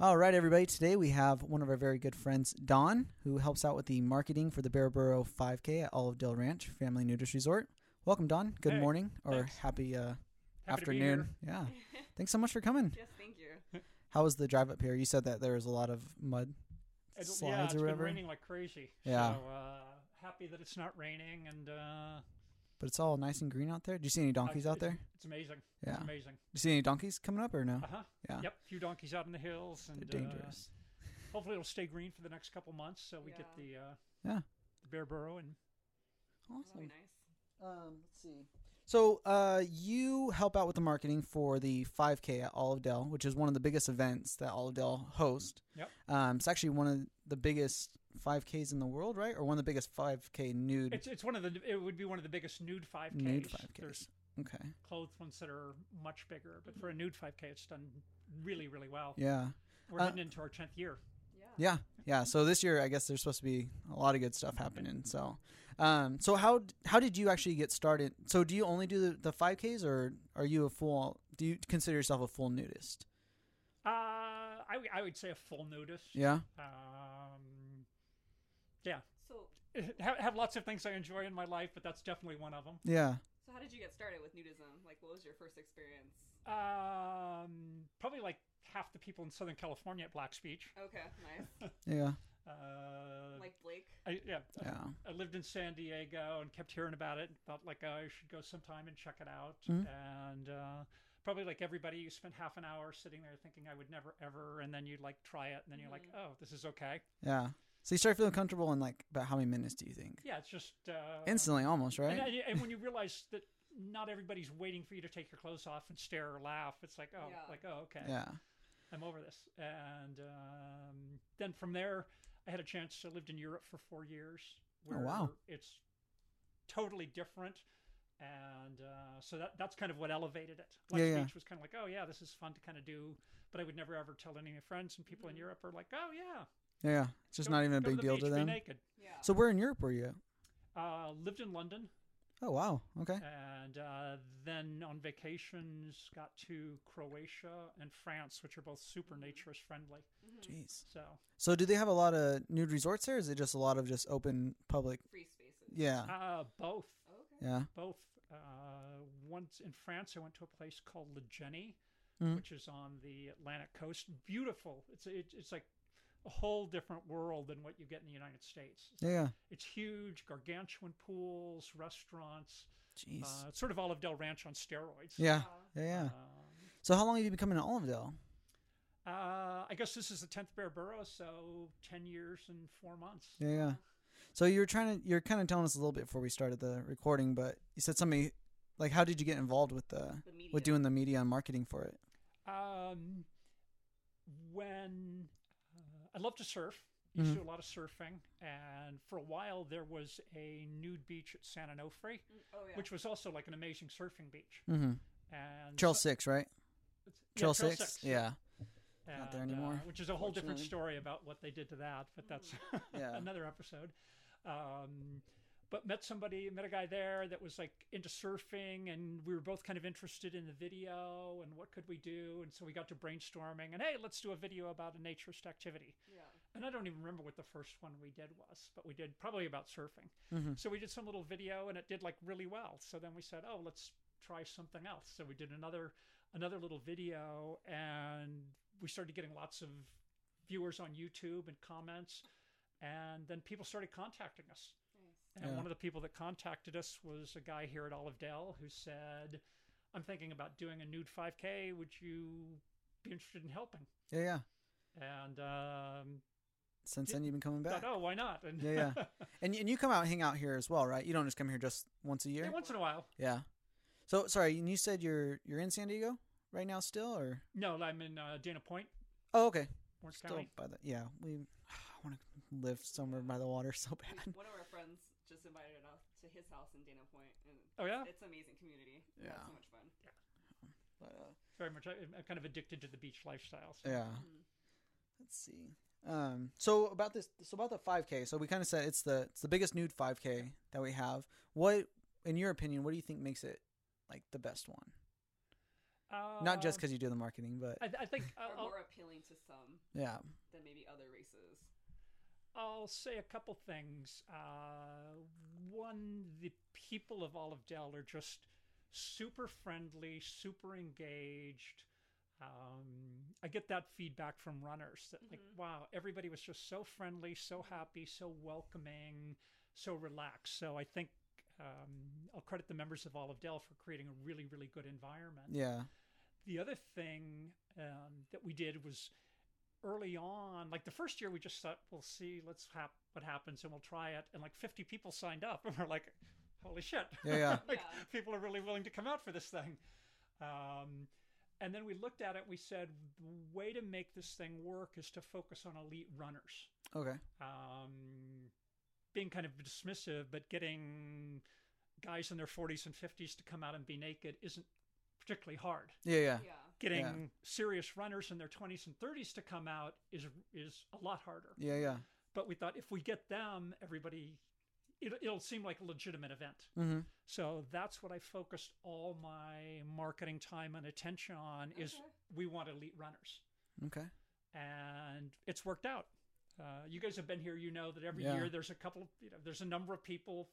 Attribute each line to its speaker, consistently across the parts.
Speaker 1: All right, everybody. Today we have one of our very good friends, Don, who helps out with the marketing for the Baraburo 5K at Olive Dale Ranch Family Nudist Resort. Welcome, Don. Good
Speaker 2: Hey,
Speaker 1: morning or
Speaker 2: thanks.
Speaker 1: happy, uh,
Speaker 2: Happy to be
Speaker 1: afternoon. Yeah. Thanks so much for coming.
Speaker 3: Yes, thank you.
Speaker 1: How was the drive up here? You said that there was a lot of mud
Speaker 2: It,
Speaker 1: slides
Speaker 2: yeah, it's
Speaker 1: or
Speaker 2: been
Speaker 1: whatever,
Speaker 2: raining like crazy.
Speaker 1: Yeah.
Speaker 2: So, uh, happy that it's not raining, and uh,
Speaker 1: but it's all nice and green out there. Do you see any donkeys out
Speaker 2: it's-
Speaker 1: there?
Speaker 2: it's amazing.
Speaker 1: Yeah.
Speaker 2: It's
Speaker 1: Do
Speaker 2: amazing.
Speaker 1: you see any donkeys coming up or no?
Speaker 2: Uh huh.
Speaker 1: Yeah.
Speaker 2: Yep. Few donkeys out in the hills, and
Speaker 1: They're
Speaker 2: uh,
Speaker 1: dangerous.
Speaker 2: hopefully, it'll stay green for the next couple months, so we get the uh,
Speaker 1: Yeah.
Speaker 2: the bear burrow and
Speaker 3: That'll be nice.
Speaker 1: Um, let's see. So, uh, you help out with the marketing for the 5K at Olive Dell, which is one of the biggest events that Olive Dell hosts.
Speaker 2: Yep.
Speaker 1: Um, it's actually one of the biggest 5Ks in the world, right? Or one of the biggest 5K nude
Speaker 2: it's it's one of the it would be one of the biggest nude five Ks.
Speaker 1: nude 5Ks.
Speaker 2: There's
Speaker 1: Okay.
Speaker 2: clothed ones that are much bigger, but for a nude five K, it's done really really well.
Speaker 1: Yeah.
Speaker 2: We're
Speaker 1: Uh,
Speaker 2: heading into our tenth year.
Speaker 3: Yeah.
Speaker 1: Yeah. Yeah. So this year, I guess there's supposed to be a lot of good stuff happening. So, um, so how how did you actually get started? So, do you only do the, the 5Ks, or are you a full? Do you consider yourself a full nudist?
Speaker 2: Uh, I w- I would say a full nudist.
Speaker 1: Yeah.
Speaker 2: Um, yeah.
Speaker 3: So,
Speaker 2: have, have lots of things I enjoy in my life, but that's definitely one of them.
Speaker 1: Yeah.
Speaker 3: so how did you get started with nudism? Like, what was your first experience?
Speaker 2: Um, probably like half the people in Southern California at Black's Beach.
Speaker 3: Okay, nice.
Speaker 1: Yeah.
Speaker 2: Uh,
Speaker 3: like Blake.
Speaker 2: I, yeah,
Speaker 1: Yeah.
Speaker 2: I lived in San Diego and kept hearing about it. and Thought like I should go sometime and check it out.
Speaker 1: Mhm.
Speaker 2: And uh, probably like everybody, you spent half an hour sitting there thinking I would never ever, and then you like try it, and then you're like,
Speaker 3: Hmm.
Speaker 2: oh, this is okay.
Speaker 1: Yeah. So you start feeling comfortable in like about how many minutes do you think?
Speaker 2: Yeah, it's just uh,
Speaker 1: Instantly, almost
Speaker 2: And,
Speaker 1: right?
Speaker 2: and, and when you realize that not everybody's waiting for you to take your clothes off and stare or laugh, it's like, oh,
Speaker 3: Yeah.
Speaker 2: like oh, okay,
Speaker 1: Yeah.
Speaker 2: I'm over this. And um, then from there, I had a chance. I lived in Europe for four years.
Speaker 1: Oh, wow.
Speaker 2: It's totally different. And uh, so that that's kind of what elevated it. Black
Speaker 1: Yeah, yeah.
Speaker 2: Beach was kind of like, oh yeah, this is fun to kind of do, but I would never ever tell any of my friends. And people in Europe are like, oh yeah,
Speaker 1: Yeah. It's just
Speaker 2: go-
Speaker 1: not even a
Speaker 2: go
Speaker 1: big
Speaker 2: the
Speaker 1: deal
Speaker 2: beach,
Speaker 1: to
Speaker 2: be
Speaker 1: them.
Speaker 2: naked.
Speaker 3: Yeah.
Speaker 1: So where in Europe were you? at?
Speaker 2: Uh, lived in London,
Speaker 1: Oh wow. Okay.
Speaker 2: and uh, then on vacations got to Croatia and France, which are both super naturist friendly.
Speaker 3: Mm-hmm.
Speaker 1: Jeez.
Speaker 2: So
Speaker 1: So do they have a lot of nude resorts there? Or is it just a lot of just open public?
Speaker 3: Free spaces.
Speaker 1: Yeah.
Speaker 2: uh, both,
Speaker 3: Okay.
Speaker 1: Yeah.
Speaker 2: both. Uh, once in France, I went to a place called Legeni,
Speaker 1: Mhm.
Speaker 2: which is on the Atlantic coast. Beautiful. It's it, it's like a whole different world than what you get in the United States.
Speaker 1: Yeah. yeah.
Speaker 2: It's huge, gargantuan pools, restaurants.
Speaker 1: Jeez.
Speaker 2: Uh, it's sort of Olive Del Ranch on steroids.
Speaker 1: yeah.
Speaker 3: Wow.
Speaker 1: Yeah. Yeah.
Speaker 2: Um,
Speaker 1: So how long have you been coming to Olivedale?
Speaker 2: Uh, I guess this is the tenth Bear Burrow, so ten years and four months.
Speaker 1: Yeah. Yeah. So you were trying to you're kind of telling us a little bit before we started the recording, but you said something like how did you get involved with the
Speaker 3: The media.
Speaker 1: with doing the media and marketing for it?
Speaker 2: Um, when uh, I love to surf, used
Speaker 1: Mm-hmm.
Speaker 2: to do a lot of surfing, and for a while there was a nude beach at San Onofre,
Speaker 3: Mm, Oh yeah.
Speaker 2: which was also like an amazing surfing beach.
Speaker 1: Mm-hmm.
Speaker 2: And
Speaker 1: Trail
Speaker 2: so-
Speaker 1: six, right?
Speaker 2: yeah,
Speaker 1: Trail, six? Yeah.
Speaker 2: and, uh,
Speaker 1: Not there anymore,
Speaker 2: which is a whole different
Speaker 1: fortunately. Mm.
Speaker 2: story about what they did to that, but that's
Speaker 1: Yeah.
Speaker 2: another episode. Um, but met somebody, met a guy there that was like into surfing, and we were both kind of interested in the video and what could we do, and so we got to brainstorming and hey, let's do a video about a naturist activity.
Speaker 3: Yeah.
Speaker 2: And I don't even remember what the first one we did was, but we did probably about surfing.
Speaker 1: Mhm.
Speaker 2: So we did some little video, and it did like really well. So then we said, oh, let's try something else. So we did another another little video, and we started getting lots of viewers on YouTube and comments, and then people started contacting us.
Speaker 3: Nice.
Speaker 2: And
Speaker 1: Yeah.
Speaker 2: one of the people that contacted us was a guy here at Olive Dell who said, I'm thinking about doing a nude 5K. Would you be interested in helping?
Speaker 1: Yeah. Yeah.
Speaker 2: And um,
Speaker 1: Since
Speaker 2: Yeah.
Speaker 1: then, you've been coming back.
Speaker 2: thought, oh, why not? And
Speaker 1: Yeah, yeah. And, and you come out and hang out here as well, right? You don't just come here just once a
Speaker 2: yeah,
Speaker 1: year.
Speaker 2: once in a while.
Speaker 1: Yeah. So sorry, and you said you're you're in San Diego right now still, or
Speaker 2: No, I'm in uh, Dana Point,
Speaker 1: oh okay,
Speaker 2: Orange
Speaker 1: still
Speaker 2: County.
Speaker 1: by the yeah. We I want to live somewhere by the water so
Speaker 3: We-
Speaker 1: bad.
Speaker 3: One of our friends just invited us to his house in Dana Point, and
Speaker 2: Oh, yeah?
Speaker 3: it's amazing community. We had
Speaker 1: Yeah.
Speaker 3: So much fun.
Speaker 1: But, uh,
Speaker 2: Very much. I, I'm kind of addicted to the beach lifestyle. So.
Speaker 1: yeah.
Speaker 3: Mhm.
Speaker 1: Let's see. Um. So about this. So about the 5K. So we kind of said it's the it's the biggest nude 5K that we have. What in your opinion? What do you think makes it like the best one?
Speaker 2: Uh,
Speaker 1: Not just because you do the marketing, but
Speaker 2: I, th- I think uh,
Speaker 3: Or
Speaker 2: I'll,
Speaker 3: more appealing to some
Speaker 1: yeah.
Speaker 3: than maybe other races.
Speaker 2: I'll say a couple things. Uh, one, the people of Olive Dell are just super friendly, super engaged. Um, I get that feedback from runners that, like,
Speaker 3: Mhm.
Speaker 2: wow, everybody was just so friendly, so happy, so welcoming, so relaxed. So I think um, I'll credit the members of Olive Dell for creating a really, really good environment
Speaker 1: Yeah.
Speaker 2: the other thing um, that we did was early on like the first year we just thought we'll see let's hap- what happens and we'll try it and like 50 people signed up and we're like holy shit
Speaker 1: Yeah, yeah.
Speaker 2: like,
Speaker 3: Yeah.
Speaker 2: people are really willing to come out for this thing um, and then we looked at it we said the way to make this thing work is to focus on elite runners
Speaker 1: Okay.
Speaker 2: um, being kind of dismissive, but getting guys in their 40s and 50s to come out and be naked isn't particularly hard.
Speaker 1: Yeah, yeah.
Speaker 3: Yeah.
Speaker 2: Getting serious runners in their 20s and 30s to come out is is a lot harder.
Speaker 1: Yeah, yeah.
Speaker 2: But we thought if we get them, everybody, it, it'll seem like a legitimate event.
Speaker 1: Mm-hmm.
Speaker 2: So that's what I focused all my marketing time and attention on is
Speaker 3: Okay.
Speaker 2: we want elite runners
Speaker 1: Okay.
Speaker 2: and it's worked out. Uh, you guys have been here, you know that every
Speaker 1: Yeah.
Speaker 2: year there's a couple, of, you know, there's a number of people,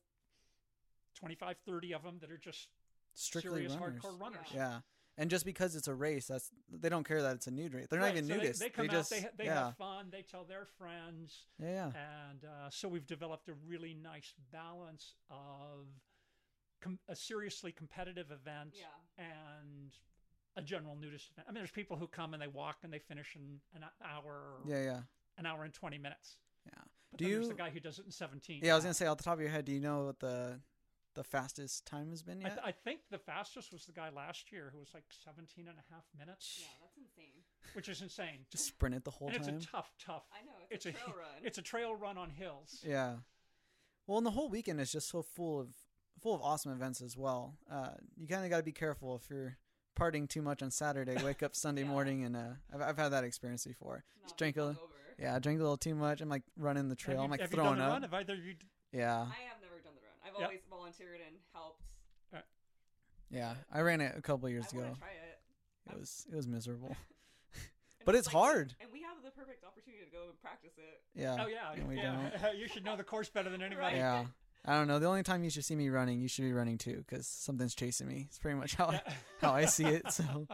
Speaker 2: 25, 30 of them that are just
Speaker 1: Strictly
Speaker 2: serious
Speaker 1: runners.
Speaker 2: hardcore runners.
Speaker 1: Yeah. And just because it's a race, that's they don't care that it's a nude race. They're
Speaker 2: Right,
Speaker 1: not even
Speaker 2: so
Speaker 1: nudists.
Speaker 2: They, they come out,
Speaker 1: just
Speaker 2: they, ha- they
Speaker 1: yeah.
Speaker 2: have fun, they tell their friends.
Speaker 1: yeah, yeah,
Speaker 2: And uh, so we've developed a really nice balance of com- a seriously competitive event
Speaker 3: Yeah.
Speaker 2: and a general nudist event. I mean, there's people who come and they walk and they finish in an hour, or
Speaker 1: yeah, yeah,
Speaker 2: an hour and 20 minutes.
Speaker 1: yeah.
Speaker 2: But
Speaker 1: Do
Speaker 2: then there's
Speaker 1: you-
Speaker 2: the guy who does it in 17.
Speaker 1: Yeah, I was gonna say off the top of your head, do you know what the the fastest time has been
Speaker 2: I,
Speaker 1: yet?
Speaker 2: th- I think the fastest was the guy last year who was like 17 and a half minutes,
Speaker 3: Yeah, that's insane.
Speaker 2: which is insane.
Speaker 1: just sprinted the whole
Speaker 2: and it's
Speaker 1: time.
Speaker 2: a tough, tough.
Speaker 3: I know, it's a trail run.
Speaker 2: It's a trail run on hills.
Speaker 1: yeah. Well, and the whole weekend is just so full of full of awesome events as well. Uh, you kind of got to be careful if you're partying too much on Saturday. Wake up Sunday
Speaker 3: Yeah.
Speaker 1: morning, and uh, I've, I've had that experience before.
Speaker 3: Not
Speaker 1: Just
Speaker 3: being
Speaker 1: drink a little.
Speaker 3: hungover.
Speaker 1: Yeah, I drink a little too much. I'm like running the trail.
Speaker 2: Have you,
Speaker 1: I'm like
Speaker 2: have you
Speaker 1: throwing
Speaker 2: done the
Speaker 1: up.
Speaker 2: Run? Have either you?
Speaker 1: Yeah,
Speaker 3: I have never done the run. I've
Speaker 2: Yeah.
Speaker 3: always volunteered and helped.
Speaker 1: yeah. I ran it a couple years
Speaker 3: I
Speaker 1: ago.
Speaker 3: want to try it.
Speaker 1: It
Speaker 3: I'm-
Speaker 1: was it was miserable.
Speaker 3: And
Speaker 1: But it's
Speaker 3: like-
Speaker 1: hard.
Speaker 3: And we have the perfect opportunity to go and practice it.
Speaker 1: Yeah.
Speaker 2: oh yeah,
Speaker 1: and we
Speaker 2: yeah. you should know the course better than anybody.
Speaker 1: Yeah. I don't know. The only time you should see me running, you should be running too, because something's chasing me. It's pretty much how I,
Speaker 2: Yeah.
Speaker 1: how Oh, I see it. So,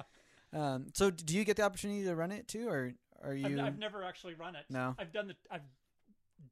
Speaker 1: um, so do you get the opportunity to run it too, or are you?
Speaker 2: I've, I've never actually run it.
Speaker 1: No.
Speaker 2: I've done the. I've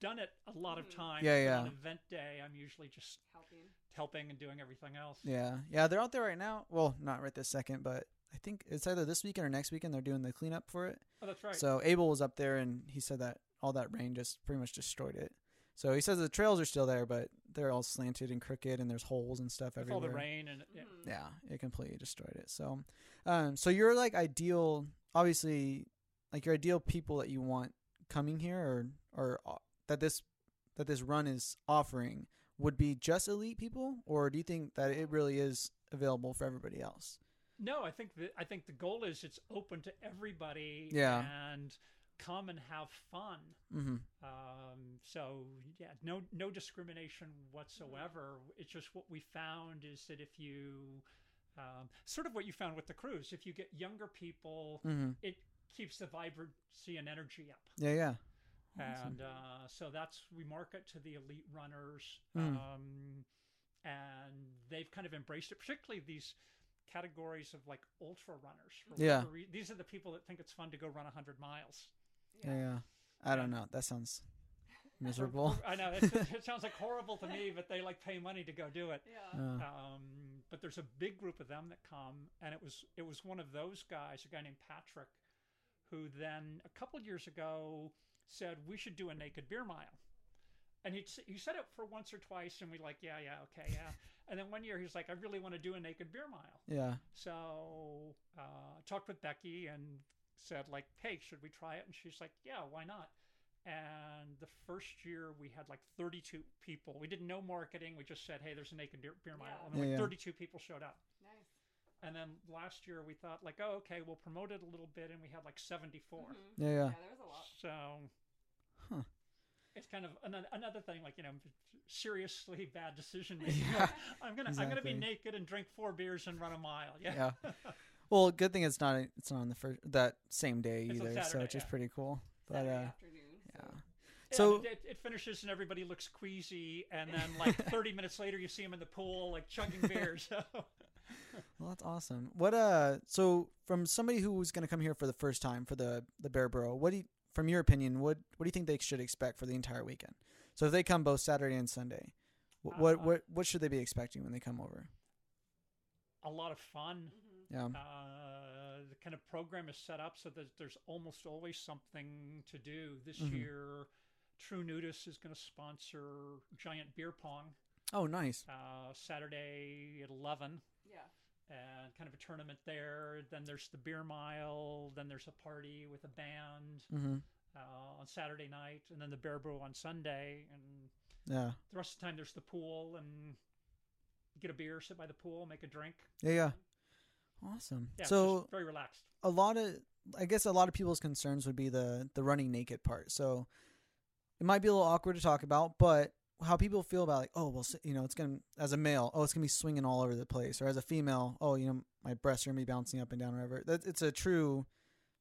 Speaker 2: done it a lot of
Speaker 3: Mhm.
Speaker 2: times.
Speaker 1: Yeah,
Speaker 2: but On
Speaker 1: yeah.
Speaker 2: event day, I'm usually just
Speaker 3: Helping.
Speaker 2: helping and doing everything else.
Speaker 1: Yeah, yeah. They're out there right now. Well, not right this second, but I think it's either this weekend or next weekend. They're doing the cleanup for it.
Speaker 2: Oh, that's right.
Speaker 1: So Abel was up there, and he said that all that rain just pretty much destroyed it. So he says the trails are still there, but they're all slanted and crooked, and there's holes and stuff
Speaker 2: With all
Speaker 1: everywhere.
Speaker 2: the rain and yeah.
Speaker 3: Mhm.
Speaker 1: yeah it completely destroyed it so um so your like ideal obviously like your ideal people that you want coming here or or o- that this that this run is offering would be just elite people or do you think that it really is available for everybody else
Speaker 2: No, I think the I think the goal is it's open to everybody.
Speaker 1: Yeah.
Speaker 2: And come and have fun.
Speaker 1: mm-hmm
Speaker 2: Um, so yeah, no no discrimination whatsoever. It's just what we found is that if you um, sort of what you found with the cruise, if you get younger people,
Speaker 1: mm-hmm
Speaker 2: it keeps the vibrancy and energy up.
Speaker 1: yeah yeah
Speaker 2: And uh, so that's we market to the elite runners,
Speaker 1: Mm.
Speaker 2: um, and they've kind of embraced it. Particularly these categories of like ultra runners. for
Speaker 1: Yeah.
Speaker 2: whatever rea- these are the people that think it's fun to go run hundred miles.
Speaker 1: yeah yeah i don't know that sounds miserable
Speaker 2: I know it's, it sounds like horrible to me, but they like pay money to go do it.
Speaker 3: Yeah.
Speaker 1: Uh,
Speaker 2: Um, but there's a big group of them that come, and it was it was one of those guys, a guy named Patrick, who then a couple years ago said we should do a naked beer mile, and he he said it for once or twice, and we like yeah yeah okay yeah, and then one year he was like I really want to do a naked beer mile,
Speaker 1: yeah
Speaker 2: so uh, I talked with Becky and said like hey should we try it, and she's like yeah why not. And the first year we had like 32 people. We did no marketing. We just said, "Hey, there's a naked beer, beer mile,"
Speaker 3: Yeah.
Speaker 2: and then like
Speaker 1: Yeah, yeah.
Speaker 2: 32 people showed up.
Speaker 3: Nice.
Speaker 2: And then last year we thought like, "Oh, okay, we'll promote it a little bit," and we had like 74.
Speaker 3: Mhm.
Speaker 1: yeah yeah
Speaker 3: there was a lot.
Speaker 2: So
Speaker 1: Huh.
Speaker 2: it's kind of another, another thing, like you know, seriously bad decision making.
Speaker 1: Yeah,
Speaker 2: I'm gonna I'm gonna be
Speaker 1: exactly.
Speaker 2: naked and drink four beers and run a mile. Yeah.
Speaker 1: yeah Well, good thing it's not it's not on the first that same day
Speaker 2: It's on
Speaker 1: either, so
Speaker 2: Saturday,
Speaker 1: which is
Speaker 2: yeah.
Speaker 1: pretty cool. But
Speaker 3: Saturday
Speaker 1: uh,
Speaker 3: afternoon. So.
Speaker 1: yeah.
Speaker 2: Yeah,
Speaker 1: So-
Speaker 2: it, it finishes and everybody looks queasy, and then like 30 minutes later, you see him in the pool like chugging beer. So
Speaker 1: Well, that's awesome. What uh, so from somebody who was going to come here for the first time for the the Bear Burrow, what do you, from your opinion, what what do you think they should expect for the entire weekend? So if they come both Saturday and Sunday, what what
Speaker 2: Uh,
Speaker 1: what, what should they be expecting when they come over?
Speaker 2: a lot of fun.
Speaker 3: Mm-hmm.
Speaker 1: Yeah,
Speaker 2: Uh, the kind of program is set up so that there's almost always something to do. This
Speaker 1: Mhm.
Speaker 2: year, True Nudist is going to sponsor Giant Beer Pong
Speaker 1: Oh, nice.
Speaker 2: uh, Saturday at 11.
Speaker 3: Yeah.
Speaker 2: and kind of a tournament there. Then there's the beer mile. Then there's a party with a band
Speaker 1: hmm
Speaker 2: uh, on Saturday night, and then the bear brew on Sunday. And
Speaker 1: Yeah,
Speaker 2: the rest of the time, there's the pool and get a beer, sit by the pool, make a drink.
Speaker 1: yeah, yeah. Awesome.
Speaker 2: Yeah, it's
Speaker 1: so
Speaker 2: just very relaxed.
Speaker 1: a lot of I guess a lot of people's concerns would be the the running naked part. So it might be a little awkward to talk about, but how people feel about like, oh well, s- you know, it's gonna as a male, oh, it's gonna be swinging all over the place, or as a female, oh, you know, my breasts are gonna be bouncing up and down, or whatever. That it's a true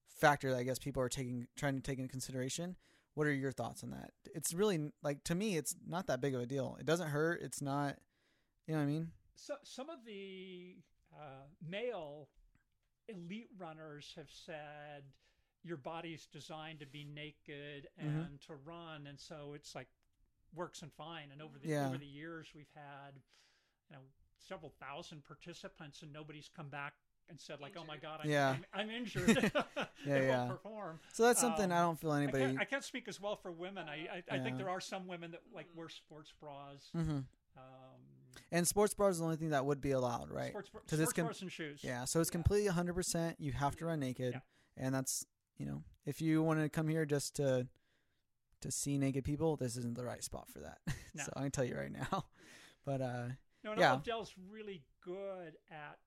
Speaker 1: factor that I guess people are taking trying to take into consideration. What are your thoughts on that? It's really like to me, it's not that big of a deal. It doesn't hurt. It's not, you know what I mean?
Speaker 2: So, some of the uh, male elite runners have said your body's designed to be naked and
Speaker 1: Mhm.
Speaker 2: to run, and so it's like works and fine. And over the
Speaker 1: Yeah.
Speaker 2: over the years, we've had you know several thousand participants, and nobody's come back and said like, "Oh my
Speaker 3: Injured.
Speaker 2: god, I'm,
Speaker 1: Yeah.
Speaker 2: I'm, I'm injured. I
Speaker 1: yeah.
Speaker 2: won't perform."
Speaker 1: So that's something
Speaker 2: Um,
Speaker 1: I don't feel
Speaker 2: I
Speaker 1: anybody.
Speaker 2: can't, I can't speak as well for women. I I, I
Speaker 1: Yeah.
Speaker 2: think there are some women that like wear sports bras.
Speaker 1: hmm
Speaker 2: Um,
Speaker 1: And sports bras is the only thing that would be allowed, right?
Speaker 2: Sports, bra-
Speaker 1: 'Cause it's
Speaker 2: sports
Speaker 1: com-
Speaker 2: bras and shoes.
Speaker 1: Yeah, so it's
Speaker 3: Yeah.
Speaker 1: completely 100%. You have to run naked.
Speaker 2: Yeah.
Speaker 1: And that's, you know, if you want to come here just to to see naked people, this isn't the right spot for that.
Speaker 2: No.
Speaker 1: so I can tell you right now. But uh
Speaker 2: No, and
Speaker 1: Yeah.
Speaker 2: Updell's really good at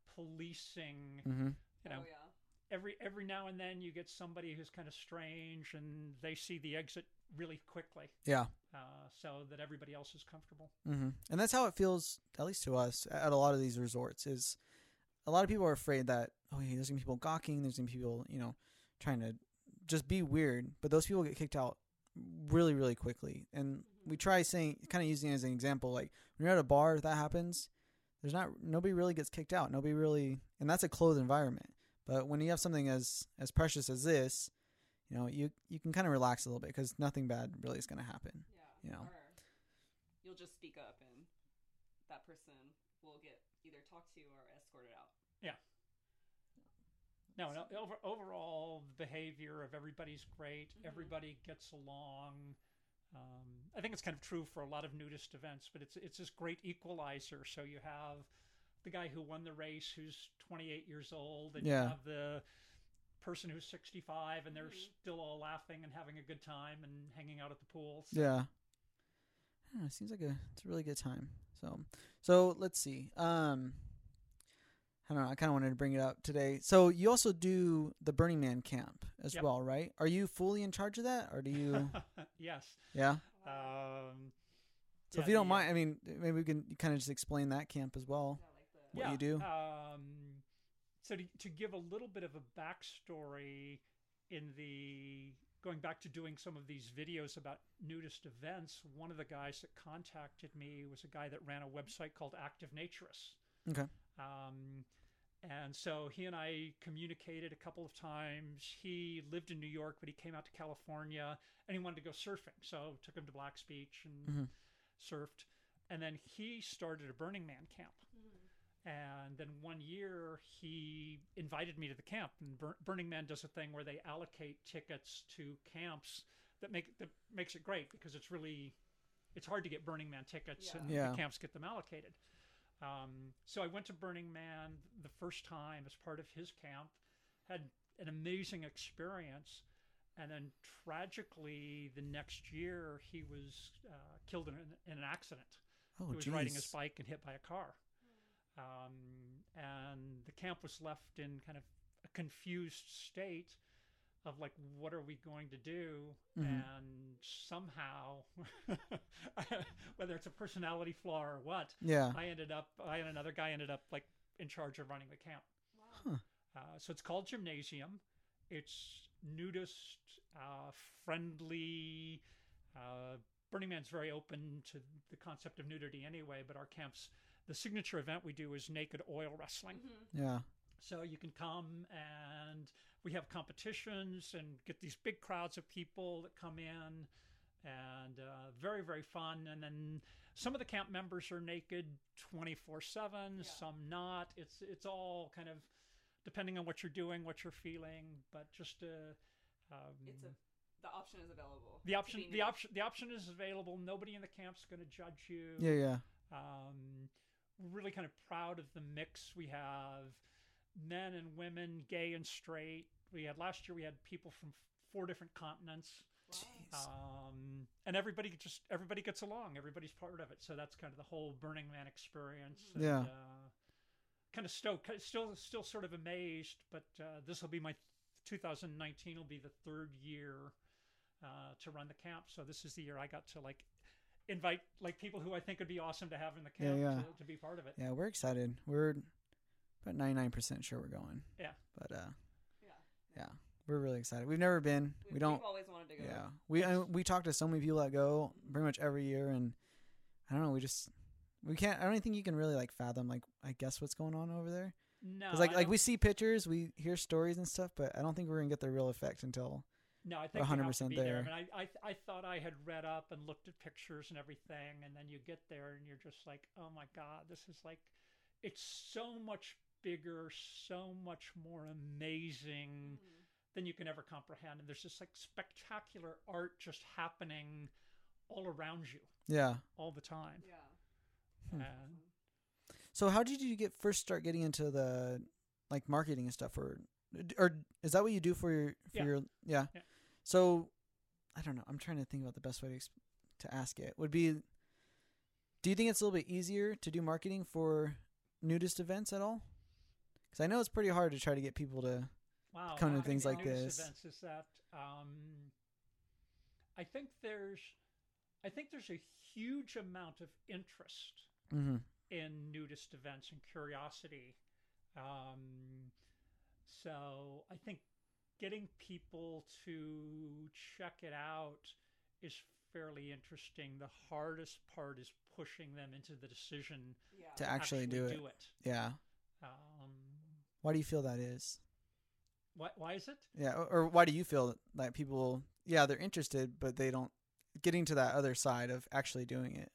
Speaker 2: policing.
Speaker 1: hmm
Speaker 2: You know,
Speaker 3: Oh, yeah.
Speaker 2: every every now and then you get somebody who's kind of strange, and they see the exit really quickly,
Speaker 1: yeah.
Speaker 2: uh, so that everybody else is comfortable.
Speaker 1: hmm And that's how it feels at least to us a- at a lot of these resorts is a lot of people are afraid that oh, yeah, there's going to be people gawking, there's going to be people, you know, trying to just be weird, but those people get kicked out really really quickly. And we try saying kind of using it as an example like when you're at a bar if that happens, there's not nobody really gets kicked out. Nobody really and that's a closed environment. But when you have something as as precious as this, you know, you you can kind of relax a little bit cuz nothing bad really is going to happen.
Speaker 3: Yeah.
Speaker 1: you know.
Speaker 3: Or you'll just speak up and that person will get either talked to or escorted out.
Speaker 2: No, no. Over, overall, the behavior of everybody's great. Everybody gets along. Um, I think it's kind of true for a lot of nudist events, but it's it's this great equalizer. So you have the guy who won the race, who's 28 years old, and
Speaker 1: Yeah.
Speaker 2: you have the person who's 65, and they're
Speaker 3: Mhm.
Speaker 2: still all laughing and having a good time and hanging out at the pool. So
Speaker 1: Yeah. I don't know, it seems like a it's a really good time. So so let's see. Um I don't know, I kinda wanted to bring it up today. So you also do the Burning Man camp as
Speaker 2: Yep.
Speaker 1: well, right? Are you fully in charge of that or do you
Speaker 2: yes.
Speaker 1: Yeah.
Speaker 2: Um,
Speaker 1: So if
Speaker 2: yeah,
Speaker 1: you don't
Speaker 2: the, uh,
Speaker 1: mind I mean maybe we can kind of just explain that camp as well.
Speaker 3: Oh, Yeah, like the,
Speaker 1: what you do?
Speaker 2: Um, so to, to give a little bit of a backstory in the going back to doing some of these videos about nudist events, one of the guys that contacted me was a guy that ran a website called Active Naturist.
Speaker 1: Okay.
Speaker 2: Um, and so he and I communicated a couple of times. He lived in New York, but he came out to California and he wanted to go surfing. So took him to Black's Beach and
Speaker 1: Mhm.
Speaker 2: surfed. And then he started a Burning Man camp.
Speaker 3: Mm-hmm.
Speaker 2: And then one year he invited me to the camp. And Bur- Burning Man does a thing where they allocate tickets to camps that make that makes it great because it's really it's hard to get Burning Man tickets,
Speaker 3: Yeah.
Speaker 2: and
Speaker 1: Yeah.
Speaker 2: the camps get them allocated. Um, so I went to Burning Man the first time as part of his camp, had an amazing experience, and then tragically the next year he was uh, killed in an, in an accident
Speaker 1: Oh
Speaker 2: who was riding his
Speaker 1: jeez.
Speaker 2: bike and hit by a car. Um, and the camp was left in kind of a confused state of like, what are we going to do?
Speaker 1: Mhm.
Speaker 2: And somehow, whether it's a personality flaw or what,
Speaker 1: Yeah.
Speaker 2: I ended up, I and another guy ended up like in charge of running the camp.
Speaker 3: Wow.
Speaker 1: Huh.
Speaker 2: Uh, so it's called Gymnasium. It's nudist uh, friendly. Uh, Burning Man's very open to the concept of nudity anyway, but our camp's the signature event we do is naked oil wrestling.
Speaker 3: Mhm.
Speaker 1: Yeah.
Speaker 2: So you can come and we have competitions and get these big crowds of people that come in and uh, very, very fun. And then some of the camp members are naked 24 seven,
Speaker 3: Yeah.
Speaker 2: some not. It's, it's all kind of depending on what you're doing, what you're feeling, but just a, um,
Speaker 3: It's a the option is available.
Speaker 2: the
Speaker 3: to
Speaker 2: option,
Speaker 3: be
Speaker 2: the
Speaker 3: nude.
Speaker 2: option, the option is available. Nobody in the camp's going to judge you
Speaker 1: Yeah. Yeah.
Speaker 2: um, we're really kind of proud of the mix we have men and women gay and straight we had last year we had people from four different continents
Speaker 3: Wow.
Speaker 1: Jeez.
Speaker 2: um, and everybody just everybody gets along everybody's part of it so that's kind of the whole burning man experience and,
Speaker 1: Yeah.
Speaker 2: uh, kind of stoked kind of still still sort of amazed but uh, this will be my 2019 will be the third year uh, to run the camp so this is the year i got to like invite like people who i think would be awesome to have in the
Speaker 1: Yeah,
Speaker 2: camp
Speaker 1: yeah.
Speaker 2: To, to be part of it
Speaker 1: Yeah. We're excited. We're about ninety nine percent sure we're going.
Speaker 2: Yeah.
Speaker 1: But uh,
Speaker 3: Yeah.
Speaker 1: we're really excited. We've never been.
Speaker 3: We-
Speaker 1: We don't.
Speaker 3: We've always wanted to go.
Speaker 1: Yeah. We I, we talk to so many people that go pretty much every year, and I don't know. We just we can't. I don't think you can really like fathom like I guess what's going on over there.
Speaker 2: no
Speaker 1: 'Cause, like
Speaker 2: I
Speaker 1: like
Speaker 2: don't-
Speaker 1: we see pictures, we hear stories and stuff, but I don't think we're gonna get the real effect until
Speaker 2: No, I think you have to
Speaker 1: 100%
Speaker 2: be there.
Speaker 1: there.
Speaker 2: I mean, I, I, th- I thought I had read up and looked at pictures and everything, and then you get there and you're just like, oh my god, this is like, it's so much bigger, so much more amazing
Speaker 3: Mhm.
Speaker 2: than you can ever comprehend. And there's just like spectacular art just happening all around you
Speaker 1: yeah.
Speaker 2: all the time.
Speaker 3: Yeah.
Speaker 1: Hmm.
Speaker 2: And
Speaker 1: So how did you get first start getting into the like marketing and stuff or or is that what you do for your for
Speaker 2: Yeah.
Speaker 1: your yeah.
Speaker 2: Yeah.
Speaker 1: So I don't know. I'm trying to think about the best way to exp- to ask it. Would be Do you think it's a little bit easier to do marketing for nudist events at all? Cuz I know it's pretty hard to try to get people to
Speaker 2: wow,
Speaker 1: Come to
Speaker 2: marketing
Speaker 1: things
Speaker 2: for
Speaker 1: like
Speaker 2: nudist
Speaker 1: this.
Speaker 2: Events is that um, I think there's, I think there's a huge amount of interest
Speaker 1: Mhm.
Speaker 2: in nudist events and curiosity. Um, so I think getting people to check it out is fairly interesting. The hardest part is pushing them into the decision
Speaker 3: Yeah.
Speaker 1: to
Speaker 2: to
Speaker 1: actually, do it. Yeah.
Speaker 2: Um,
Speaker 1: Why do you feel that is?
Speaker 2: why, why is it?
Speaker 1: Yeah, or, or why do you feel that people yeah, they're interested but they don't getting to that other side of actually doing it?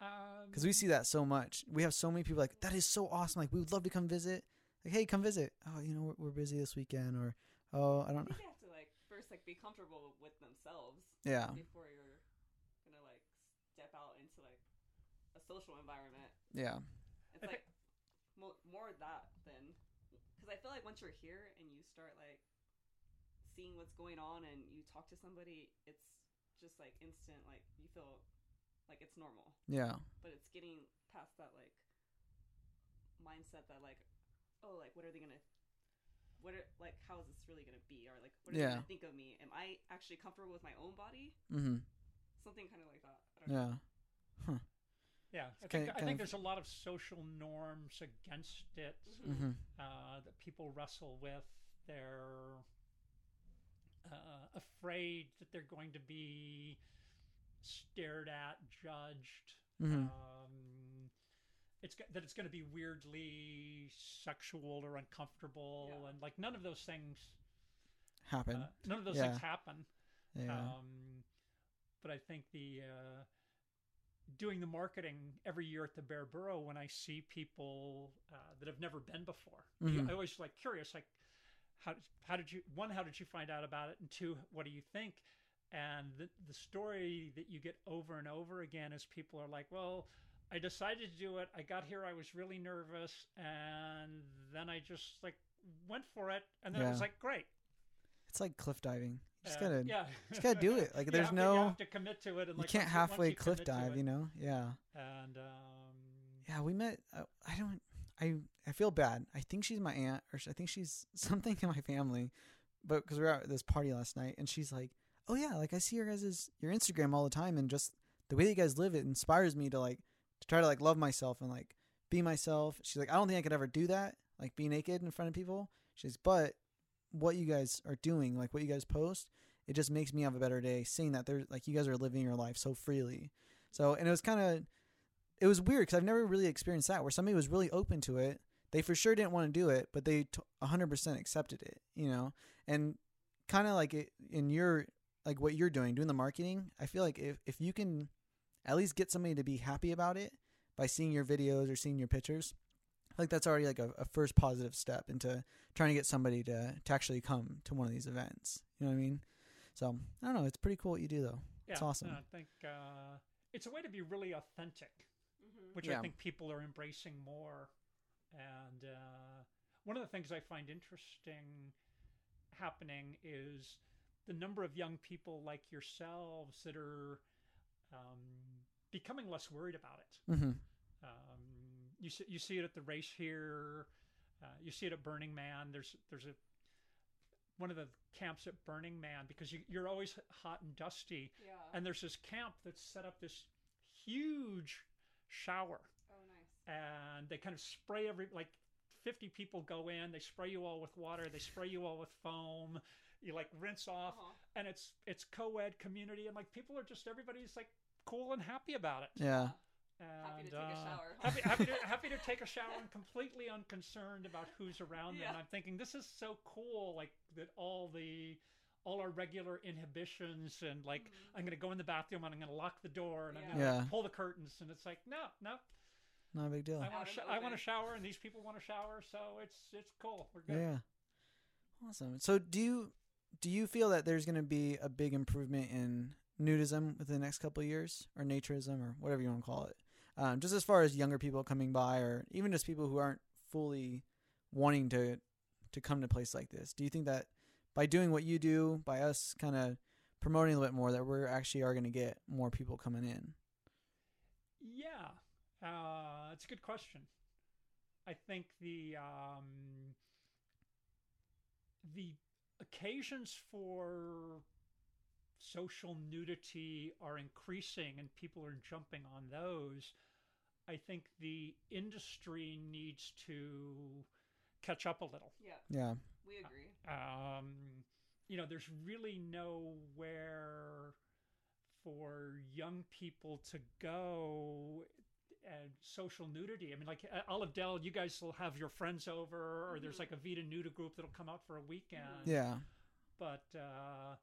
Speaker 2: Um,
Speaker 1: because we see that so much. We have so many people like that is so awesome. Like we would love to come visit. Like hey, come visit. Oh, you know we're, we're busy this weekend, or oh, I
Speaker 3: I
Speaker 1: don't know.
Speaker 3: think they have to like first like be comfortable with themselves
Speaker 1: Yeah,
Speaker 3: before you're gonna like step out into like a social environment.
Speaker 1: yeah,
Speaker 3: It's
Speaker 2: I
Speaker 3: like mo- more that than because I feel like once you're here and you start like seeing what's going on and you talk to somebody, it's just like instant like you feel like it's normal.
Speaker 1: yeah,
Speaker 3: But it's getting past that like mindset that like oh like what are they gonna what are like how is this really gonna be or like what are
Speaker 1: Yeah.
Speaker 3: they gonna think of me? Am I actually comfortable with my own body?
Speaker 1: mm-hmm.
Speaker 3: Something kind of like that. I don't know.
Speaker 1: yeah,
Speaker 2: yeah, I
Speaker 1: kind
Speaker 2: think,
Speaker 1: of-
Speaker 2: I
Speaker 1: kind
Speaker 2: think
Speaker 1: of-
Speaker 2: there's a lot of social norms against it.
Speaker 3: Mhm.
Speaker 1: mm-hmm.
Speaker 2: uh, that people wrestle with. They're uh, afraid that they're going to be stared at, judged.
Speaker 1: Mhm.
Speaker 2: Um, it's go- that it's going to be weirdly sexual or uncomfortable,
Speaker 3: Yeah.
Speaker 2: and like none of those things. Uh,
Speaker 1: happen.
Speaker 2: none of those
Speaker 1: yeah.
Speaker 2: things happen.
Speaker 1: yeah,
Speaker 2: Um, but I think the uh, doing the marketing every year at the Bear Burrow when I see people uh, that have never been before, you-
Speaker 1: Mhm.
Speaker 2: I always like curious like how how did you one how did you find out about it and two what do you think and the the story that you get over and over again is people are like well. I decided to do it. I got here. I was really nervous, and then I just like went for it. And then it was
Speaker 1: Yeah.
Speaker 2: like, great.
Speaker 1: it's like cliff diving. You just
Speaker 2: Uh,
Speaker 1: gotta,
Speaker 2: yeah.
Speaker 1: just gotta do it. Like
Speaker 2: You
Speaker 1: there's
Speaker 2: have to- you
Speaker 1: no,
Speaker 2: have to commit to it. And
Speaker 1: you
Speaker 2: like
Speaker 1: can't
Speaker 2: once once
Speaker 1: halfway
Speaker 2: you
Speaker 1: cliff
Speaker 2: commit to
Speaker 1: dive.
Speaker 2: it-
Speaker 1: You know, yeah.
Speaker 2: And um,
Speaker 1: Yeah, we met. Uh, I don't. I I feel bad. I think she's my aunt, or sh- I think she's something in my family. But because we were out at this party last night, and she's like, "Oh yeah, like I see your guys' your Instagram all the time, and just the way that you guys live, it inspires me to like to try to like love myself and like be myself." She's like, "I don't think I could ever do that, like be naked in front of people." She's but what you guys are doing, like what you guys post, it just makes me have a better day seeing that there's like you guys are living your life so freely. So and it was kind of it was weird because I've never really experienced that where somebody was really open to it. They for sure didn't want to do it, but they t- 100% accepted it, you know? And kind of like it, in your, like what you're doing, doing the marketing, I feel like if, if you can at least get somebody to be happy about it by seeing your videos or seeing your pictures, I think that's already like a, a first positive step into trying to get somebody to, to actually come to one of these events. You know what I mean? So I don't know. It's pretty cool what you do though.
Speaker 2: Yeah,
Speaker 1: It's awesome.
Speaker 2: and I think uh, it's a way to be really authentic,
Speaker 3: Mm-hmm.
Speaker 2: which
Speaker 1: Yeah.
Speaker 2: I think people are embracing more. And uh, one of the things I find interesting happening is the number of young people like yourselves that are um, becoming less worried about it.
Speaker 1: Mm-hmm.
Speaker 2: Um, you see, you see it at the race here. Uh, you see it at Burning Man. There's there's a one of the camps at Burning Man because you, you're always hot and dusty,
Speaker 3: Yeah.
Speaker 2: and there's this camp that's set up this huge shower,
Speaker 3: oh, nice.
Speaker 2: and they kind of spray every like. 50 people go in, they spray you all with water, they spray you all with foam, you like rinse off,
Speaker 3: Uh-huh.
Speaker 2: and it's it's co-ed community and like people are just everybody's like cool and happy about it.
Speaker 1: Yeah.
Speaker 2: And,
Speaker 3: Happy to take a
Speaker 2: uh,
Speaker 3: shower.
Speaker 2: happy, happy, to, happy to take a shower and completely unconcerned about who's around them.
Speaker 3: Yeah.
Speaker 2: And I'm thinking this is so cool, like that all the all our regular inhibitions and like
Speaker 3: Mhm.
Speaker 2: I'm gonna go in the bathroom and I'm gonna lock the door and I'm
Speaker 3: Yeah.
Speaker 2: gonna like,
Speaker 1: Yeah.
Speaker 2: pull the curtains and it's like no, no,
Speaker 1: Not a big deal.
Speaker 2: I want
Speaker 3: Out
Speaker 2: to
Speaker 3: in
Speaker 2: sh-
Speaker 3: the
Speaker 2: I want
Speaker 3: open.
Speaker 2: to shower and these people want to shower, so it's it's cool. We're good.
Speaker 1: Yeah. Awesome. So do you do you feel that there's going to be a big improvement in nudism within the next couple of years, or naturism, or whatever you want to call it? Um, just as far as younger people coming by, or even just people who aren't fully wanting to to come to a place like this. Do you think that by doing what you do, by us kind of promoting a little bit more, that we're actually are going to get more people coming in?
Speaker 2: Yeah, uh, it's a good question. I think the um, the occasions for social nudity are increasing, and people are jumping on those. I think the industry needs to catch up a little.
Speaker 3: Yeah,
Speaker 1: Yeah.
Speaker 3: we
Speaker 2: Uh,
Speaker 3: agree.
Speaker 2: Um, you know, there's really nowhere for young people to go and social nudity. I mean, like at Olive Dell, you guys will have your friends over, or there's
Speaker 3: Mhm.
Speaker 2: like a Vita Nuda group that'll come out for a weekend.
Speaker 1: Yeah.
Speaker 2: But uh,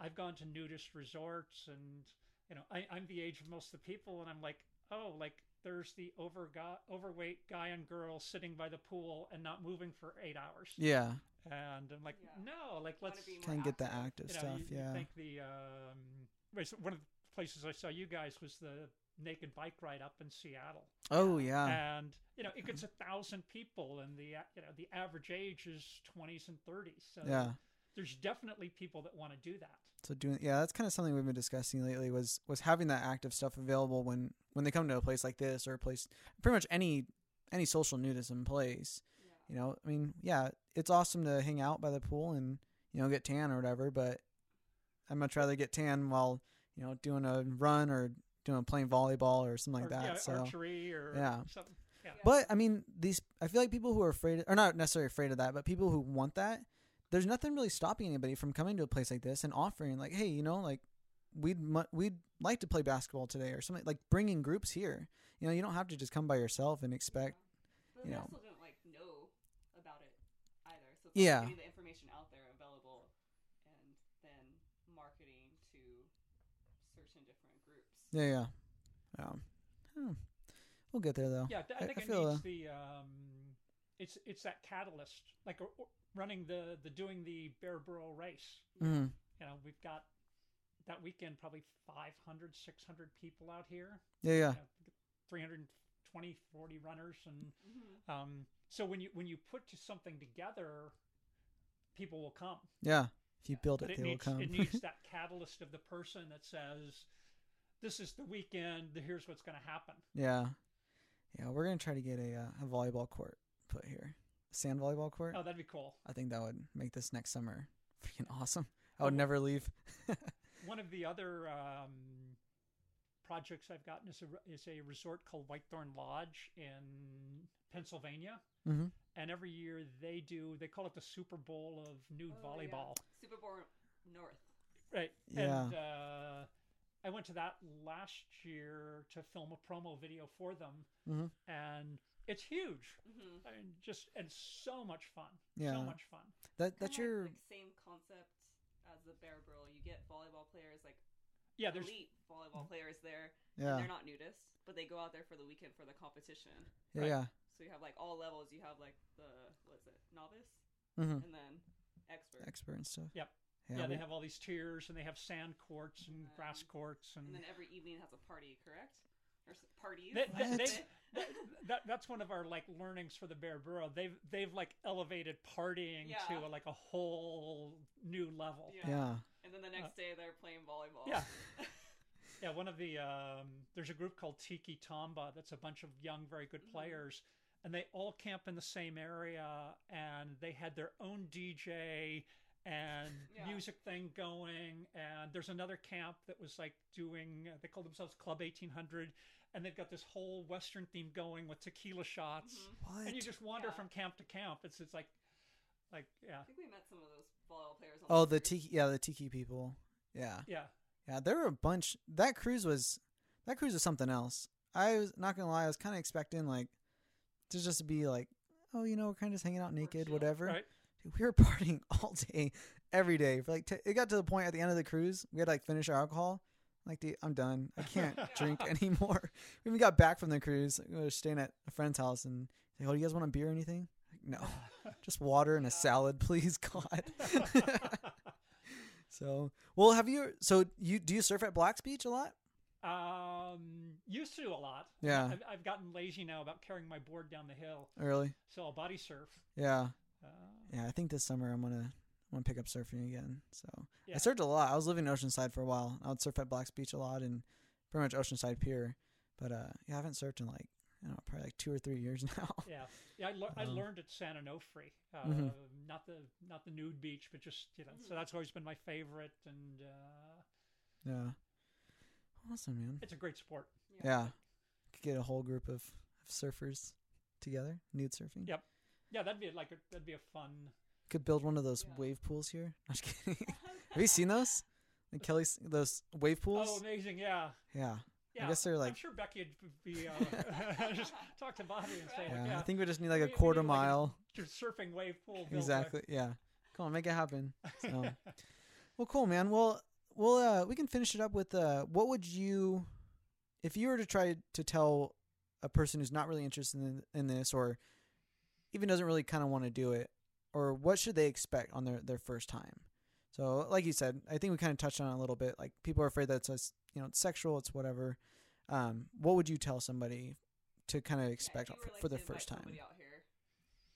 Speaker 2: I've gone to nudist resorts, and you know, I, I'm the age of most of the people, and I'm like, oh, like there's the over overweight guy and girl sitting by the pool and not moving for eight hours
Speaker 1: Yeah.
Speaker 2: and I'm like,
Speaker 3: Yeah.
Speaker 2: no, like
Speaker 3: Wanna
Speaker 2: let's
Speaker 3: be
Speaker 2: you
Speaker 3: more
Speaker 1: Kind of get the
Speaker 3: active.
Speaker 1: active
Speaker 2: know,
Speaker 1: stuff.
Speaker 2: you, you
Speaker 1: yeah.
Speaker 2: think the um, wait, so one of the places I saw you guys was the naked bike ride up in Seattle,
Speaker 1: Oh yeah.
Speaker 2: and you know it gets a thousand people, and the uh, you know the average age is twenties and thirties, so
Speaker 1: Yeah.
Speaker 2: there's definitely people that want to do that.
Speaker 1: So doing yeah, that's kind of something we've been discussing lately was was having that active stuff available when when they come to a place like this or a place pretty much any any social nudism place.
Speaker 3: Yeah.
Speaker 1: You know, I mean, yeah, it's awesome to hang out by the pool and you know get tan or whatever, but I'd much rather get tan while you know doing a run or doing playing volleyball or something
Speaker 2: or,
Speaker 1: like that.
Speaker 2: yeah,
Speaker 1: so
Speaker 2: archery or
Speaker 1: yeah.
Speaker 2: something. Yeah.
Speaker 1: but I mean, these I feel like people who are afraid, or not necessarily afraid of that, but people who want that, there's nothing really stopping anybody from coming to a place like this and offering, like, hey, you know, like we'd mu- we'd like to play basketball today or something, like bringing groups here. You know, you don't have to just come by yourself and expect.
Speaker 3: But
Speaker 1: you
Speaker 3: then I
Speaker 1: know.
Speaker 3: still didn't like know about it either. So it's
Speaker 1: Yeah.
Speaker 3: like getting the information out there available, and then marketing to certain different groups.
Speaker 1: Yeah, yeah, yeah. Hmm. We'll get there though.
Speaker 2: Yeah, th- I
Speaker 1: I-
Speaker 2: think
Speaker 1: I
Speaker 2: it
Speaker 1: feel,
Speaker 2: needs
Speaker 1: uh,
Speaker 2: the um, it's it's that catalyst, like or, or running the the doing the Bear Burrow race.
Speaker 1: hmm
Speaker 2: you know we've got that weekend probably 500 600 people out here
Speaker 1: Yeah, yeah,
Speaker 2: you know, 320 40 runners and
Speaker 3: Mm-hmm.
Speaker 2: um, so when you when you put to something together people will come
Speaker 1: yeah. If you build
Speaker 2: but
Speaker 1: it,
Speaker 2: it
Speaker 1: they
Speaker 2: needs
Speaker 1: will come.
Speaker 2: it needs that catalyst of the person that says this is the weekend here's what's going to happen
Speaker 1: yeah, yeah. We're gonna try to get a, uh, a volleyball court put here, sand volleyball court.
Speaker 2: oh that'd be cool
Speaker 1: I think that would make this next summer freaking awesome. I would
Speaker 2: Oh.
Speaker 1: never leave.
Speaker 2: one of the other um, projects i've gotten is a, is a resort called whitethorn lodge in pennsylvania
Speaker 1: Mm-hmm.
Speaker 2: and every year they do they call it the Super Bowl of nude
Speaker 3: Oh, yeah.
Speaker 2: volleyball.
Speaker 3: Super Bowl North.
Speaker 2: Right.
Speaker 1: Yeah.
Speaker 2: And uh, I went to that last year to film a promo video for them,
Speaker 1: Mhm.
Speaker 2: and it's huge.
Speaker 3: Mm-hmm.
Speaker 2: I mean, just and so much fun.
Speaker 1: Yeah.
Speaker 2: So much fun.
Speaker 1: That that's your
Speaker 3: like, same concept as the Bear Brill. You get volleyball players, like
Speaker 2: Yeah. There's Mm-hmm.
Speaker 3: elite volleyball players there.
Speaker 1: yeah
Speaker 3: They're not nudists, but they go out there for the weekend for the competition.
Speaker 1: yeah
Speaker 2: right.
Speaker 1: yeah.
Speaker 3: So you have like all levels. You have like the what's it, novice,
Speaker 1: Mm-hmm.
Speaker 3: and then expert,
Speaker 1: Expert and stuff.
Speaker 2: Yep.
Speaker 1: Yeah.
Speaker 2: yeah,
Speaker 1: we-
Speaker 2: they have all these tiers and they have sand courts and grass
Speaker 3: Um,
Speaker 2: courts and.
Speaker 3: and then every evening has a party, correct? Or s- parties.
Speaker 2: They-
Speaker 1: they-
Speaker 2: they- that, that's one of our like learnings for the Bear Burrow. They've they've like elevated partying
Speaker 3: Yeah.
Speaker 2: to like a whole new level.
Speaker 3: yeah.
Speaker 1: yeah.
Speaker 3: And then the next day they're playing volleyball.
Speaker 2: Uh, yeah. Yeah, one of the um, there's a group called Tiki Tomba that's a bunch of young, very good
Speaker 3: Mhm.
Speaker 2: players, and they all camp in the same area, and they had their own DJ and
Speaker 3: Yeah.
Speaker 2: music thing going, and there's another camp that was like doing uh, they call themselves Club 1800, and they've got this whole Western theme going with tequila shots,
Speaker 3: Mhm.
Speaker 1: What?
Speaker 2: and you just wander
Speaker 3: Yeah.
Speaker 2: from camp to camp. It's it's like like yeah
Speaker 3: I think we met some of those volleyball players. On
Speaker 1: oh, the
Speaker 3: cruise.
Speaker 1: tiki. Yeah, the tiki people. Yeah.
Speaker 2: yeah
Speaker 1: Yeah, there were a bunch. That cruise was that cruise was something else. I was not gonna lie. I was kind of expecting like to just be like, oh, you know, we're kind of just hanging out naked,
Speaker 3: chill.
Speaker 1: whatever.
Speaker 2: right
Speaker 1: Dude, we were partying all day, every day. For like, t- it got to the point at the end of the cruise, we had to like finish our alcohol. Like, dude, I'm done. I can't drink anymore. When we got back from the cruise, we were staying at a friend's house, and they, oh, do you guys want a beer or anything? Like, no, just water and a salad, please, God. so, well, have you? So, you do you surf at Black's Beach a lot?
Speaker 2: Um, used to a lot.
Speaker 1: Yeah.
Speaker 2: I've, I've gotten lazy now about carrying my board down the hill,
Speaker 1: Oh, Really?
Speaker 2: so I'll body surf.
Speaker 1: Yeah,
Speaker 2: Uh,
Speaker 1: yeah. I think this summer I'm gonna. I'm gonna pick up surfing again. So
Speaker 2: Yeah.
Speaker 1: I surfed a lot. I was living in Oceanside for a while. I would surf at Black's Beach a lot and pretty much Oceanside Pier. But uh, yeah, I haven't surfed in like I don't know, probably like two or three years now.
Speaker 2: yeah, yeah. I, lear I
Speaker 1: Um,
Speaker 2: learned at San Onofre, uh,
Speaker 1: Mhm.
Speaker 2: not the not the nude beach, but just you know. So
Speaker 3: Mhm.
Speaker 2: that's always been my favorite, and uh,
Speaker 1: Yeah. Awesome, man.
Speaker 2: it's a great sport.
Speaker 1: Yeah. Could get a whole group of, of surfers together, nude surfing.
Speaker 2: Yep. Yeah, that'd be like a, that'd be a fun.
Speaker 1: Could build one of those
Speaker 3: Yeah.
Speaker 1: wave pools here. I'm just kidding. Have you seen those? Like Kelly's those wave pools?
Speaker 2: Oh, amazing! Yeah,
Speaker 1: yeah.
Speaker 2: yeah.
Speaker 1: guess they're
Speaker 2: I'm
Speaker 1: like-
Speaker 2: sure Becky would be uh, just talk to Bobby and say,
Speaker 3: Right.
Speaker 1: yeah.
Speaker 2: like, Oh, yeah,
Speaker 1: I think we just need like
Speaker 2: We-
Speaker 1: a
Speaker 2: we need,
Speaker 1: quarter
Speaker 2: like, a
Speaker 1: mile.
Speaker 2: you're surfing wave pool. built a-"
Speaker 1: exactly. Yeah. Come on, make it happen. So Well, cool, man. Well, well, uh, we can finish it up with uh, what would you, if you were to try to tell a person who's not really interested in, in this or even doesn't really kind of want to do it, or what should they expect on their, their first time? So, like you said, I think we kind of touched on it a little bit. Like people are afraid that it's just, you know it's sexual, it's whatever. Um, what would you tell somebody to kind of expect
Speaker 3: Yeah, if
Speaker 1: for,
Speaker 3: you were,
Speaker 1: for
Speaker 3: like,
Speaker 1: the
Speaker 3: to invite
Speaker 1: first time?
Speaker 3: Somebody out here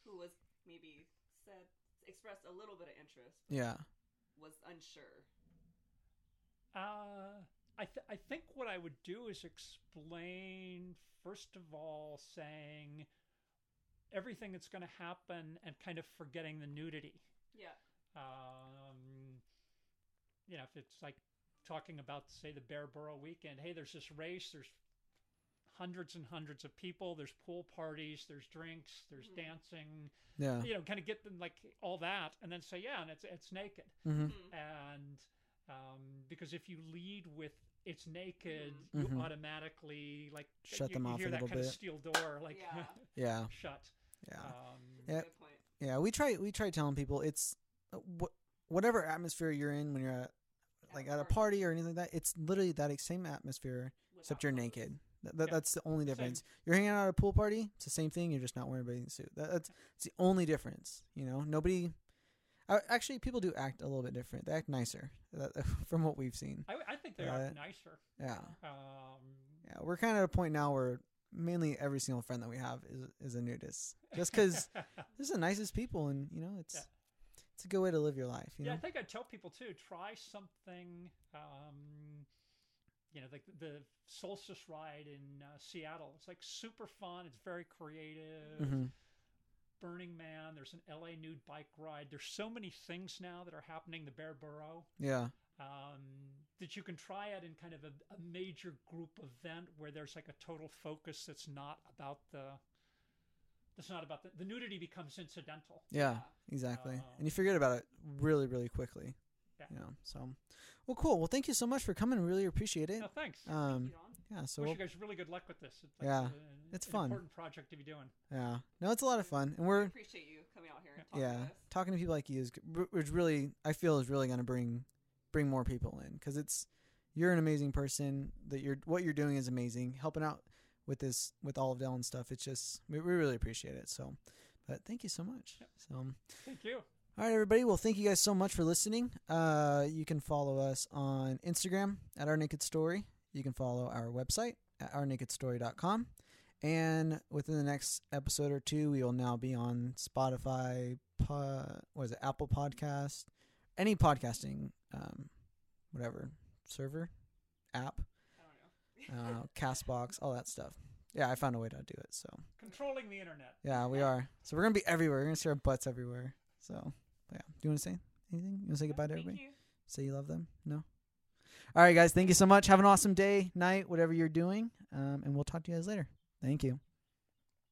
Speaker 3: who was maybe said expressed a little bit of interest, but
Speaker 1: Yeah,
Speaker 3: was unsure.
Speaker 2: Uh, I, th- I think what I would do is explain, first of all, saying everything that's going to happen and kind of forgetting the nudity.
Speaker 3: Yeah.
Speaker 2: Um, you know, if it's like talking about, say, the Bear Burrow weekend, hey, there's this race, there's hundreds and hundreds of people, there's pool parties, there's drinks, there's
Speaker 3: Mhm.
Speaker 2: dancing,
Speaker 1: yeah,
Speaker 2: you know, kind of get them like all that and then say, yeah, and it's, it's naked
Speaker 1: hmm
Speaker 3: Mhm.
Speaker 2: and um, because if you lead with it's naked,
Speaker 1: Mhm. Mhm.
Speaker 2: you automatically like
Speaker 1: Shut
Speaker 2: you,
Speaker 1: them
Speaker 2: you
Speaker 1: off
Speaker 2: hear
Speaker 1: a
Speaker 2: that
Speaker 1: little
Speaker 2: kind
Speaker 1: bit.
Speaker 2: of steel door like
Speaker 3: Yeah.
Speaker 1: yeah,
Speaker 2: shut.
Speaker 1: yeah.
Speaker 2: Um,
Speaker 1: Yeah.
Speaker 3: Good point.
Speaker 1: Yeah, we try we try telling people it's uh, wh- whatever atmosphere you're in when you're at like at a party or anything like that. It's literally that ex- same atmosphere except
Speaker 3: without
Speaker 1: you're
Speaker 3: clothes.
Speaker 1: naked. That, that,
Speaker 2: Yeah.
Speaker 1: That's the only difference. You're hanging out at a pool party. It's the same thing. You're just not wearing a bathing suit. That, that's it's the only difference. You know, nobody. I, actually, people do act a little bit different. They act nicer that, from what we've seen.
Speaker 2: I, I think they
Speaker 1: Yeah.
Speaker 2: are nicer.
Speaker 1: Yeah,
Speaker 2: Um,
Speaker 1: yeah. We're kind of at a point now where mainly every single friend that we have is is a nudist, just because they're the nicest people, and you know it's.
Speaker 2: Yeah.
Speaker 1: It's a good way to live your life, you
Speaker 2: yeah,
Speaker 1: know.
Speaker 2: I think I tell people too. Try something. Um, you know, like the solstice ride in uh, Seattle. It's like super fun. It's very creative.
Speaker 1: hmm
Speaker 2: Burning Man. There's an LA nude bike ride. There's so many things now that are happening. The Bear Burrow.
Speaker 1: Yeah.
Speaker 2: um, that you can try it in kind of a, a major group event where there's like a total focus that's not about the That's not about the, the nudity becomes incidental.
Speaker 1: Yeah, exactly.
Speaker 2: Uh,
Speaker 1: and you forget about it really, really quickly.
Speaker 2: Yeah.
Speaker 1: You know. So, well, cool. Well, thank you so much for coming. Really appreciate it.
Speaker 2: No, thanks.
Speaker 1: Um,
Speaker 3: Keep it on.
Speaker 1: yeah. So
Speaker 2: Wish
Speaker 1: we'll,
Speaker 2: you guys really good luck with this. It's like
Speaker 1: Yeah,
Speaker 2: a-
Speaker 1: it's
Speaker 2: an
Speaker 1: fun.
Speaker 2: Important project to be doing.
Speaker 1: yeah. No, it's a lot of fun, and
Speaker 3: We
Speaker 1: we're
Speaker 3: appreciate you coming out here and talking
Speaker 1: yeah
Speaker 3: to us.
Speaker 1: talking to people like you is g- r- which really I feel is really going to bring bring more people in because it's you're an amazing person that you're what you're doing is amazing helping out with this with all of Dell and stuff it's just we, we really appreciate it so but thank you so much so um,
Speaker 2: Thank you.
Speaker 1: all right everybody well thank you guys so much for listening uh you can follow us on Instagram at our naked story you can follow our website at ournakedstory.com and within the next episode or two, we will now be on Spotify, po- what is it, Apple Podcast, any podcasting, um, whatever, server, app,
Speaker 3: I don't know.
Speaker 1: uh, Castbox, all that stuff. Yeah, I found a way to do it. So,
Speaker 2: Controlling the internet.
Speaker 1: yeah, we are. So, we're going to be everywhere. We're going to see our butts everywhere. So, yeah. Do you want to say anything? You want to say goodbye to
Speaker 3: Thank
Speaker 1: everybody?
Speaker 3: you.
Speaker 1: Say you love them? No? All right, guys. Thank you so much. Have an awesome day, night, whatever you're doing. Um, and we'll talk to you guys later. Thank you.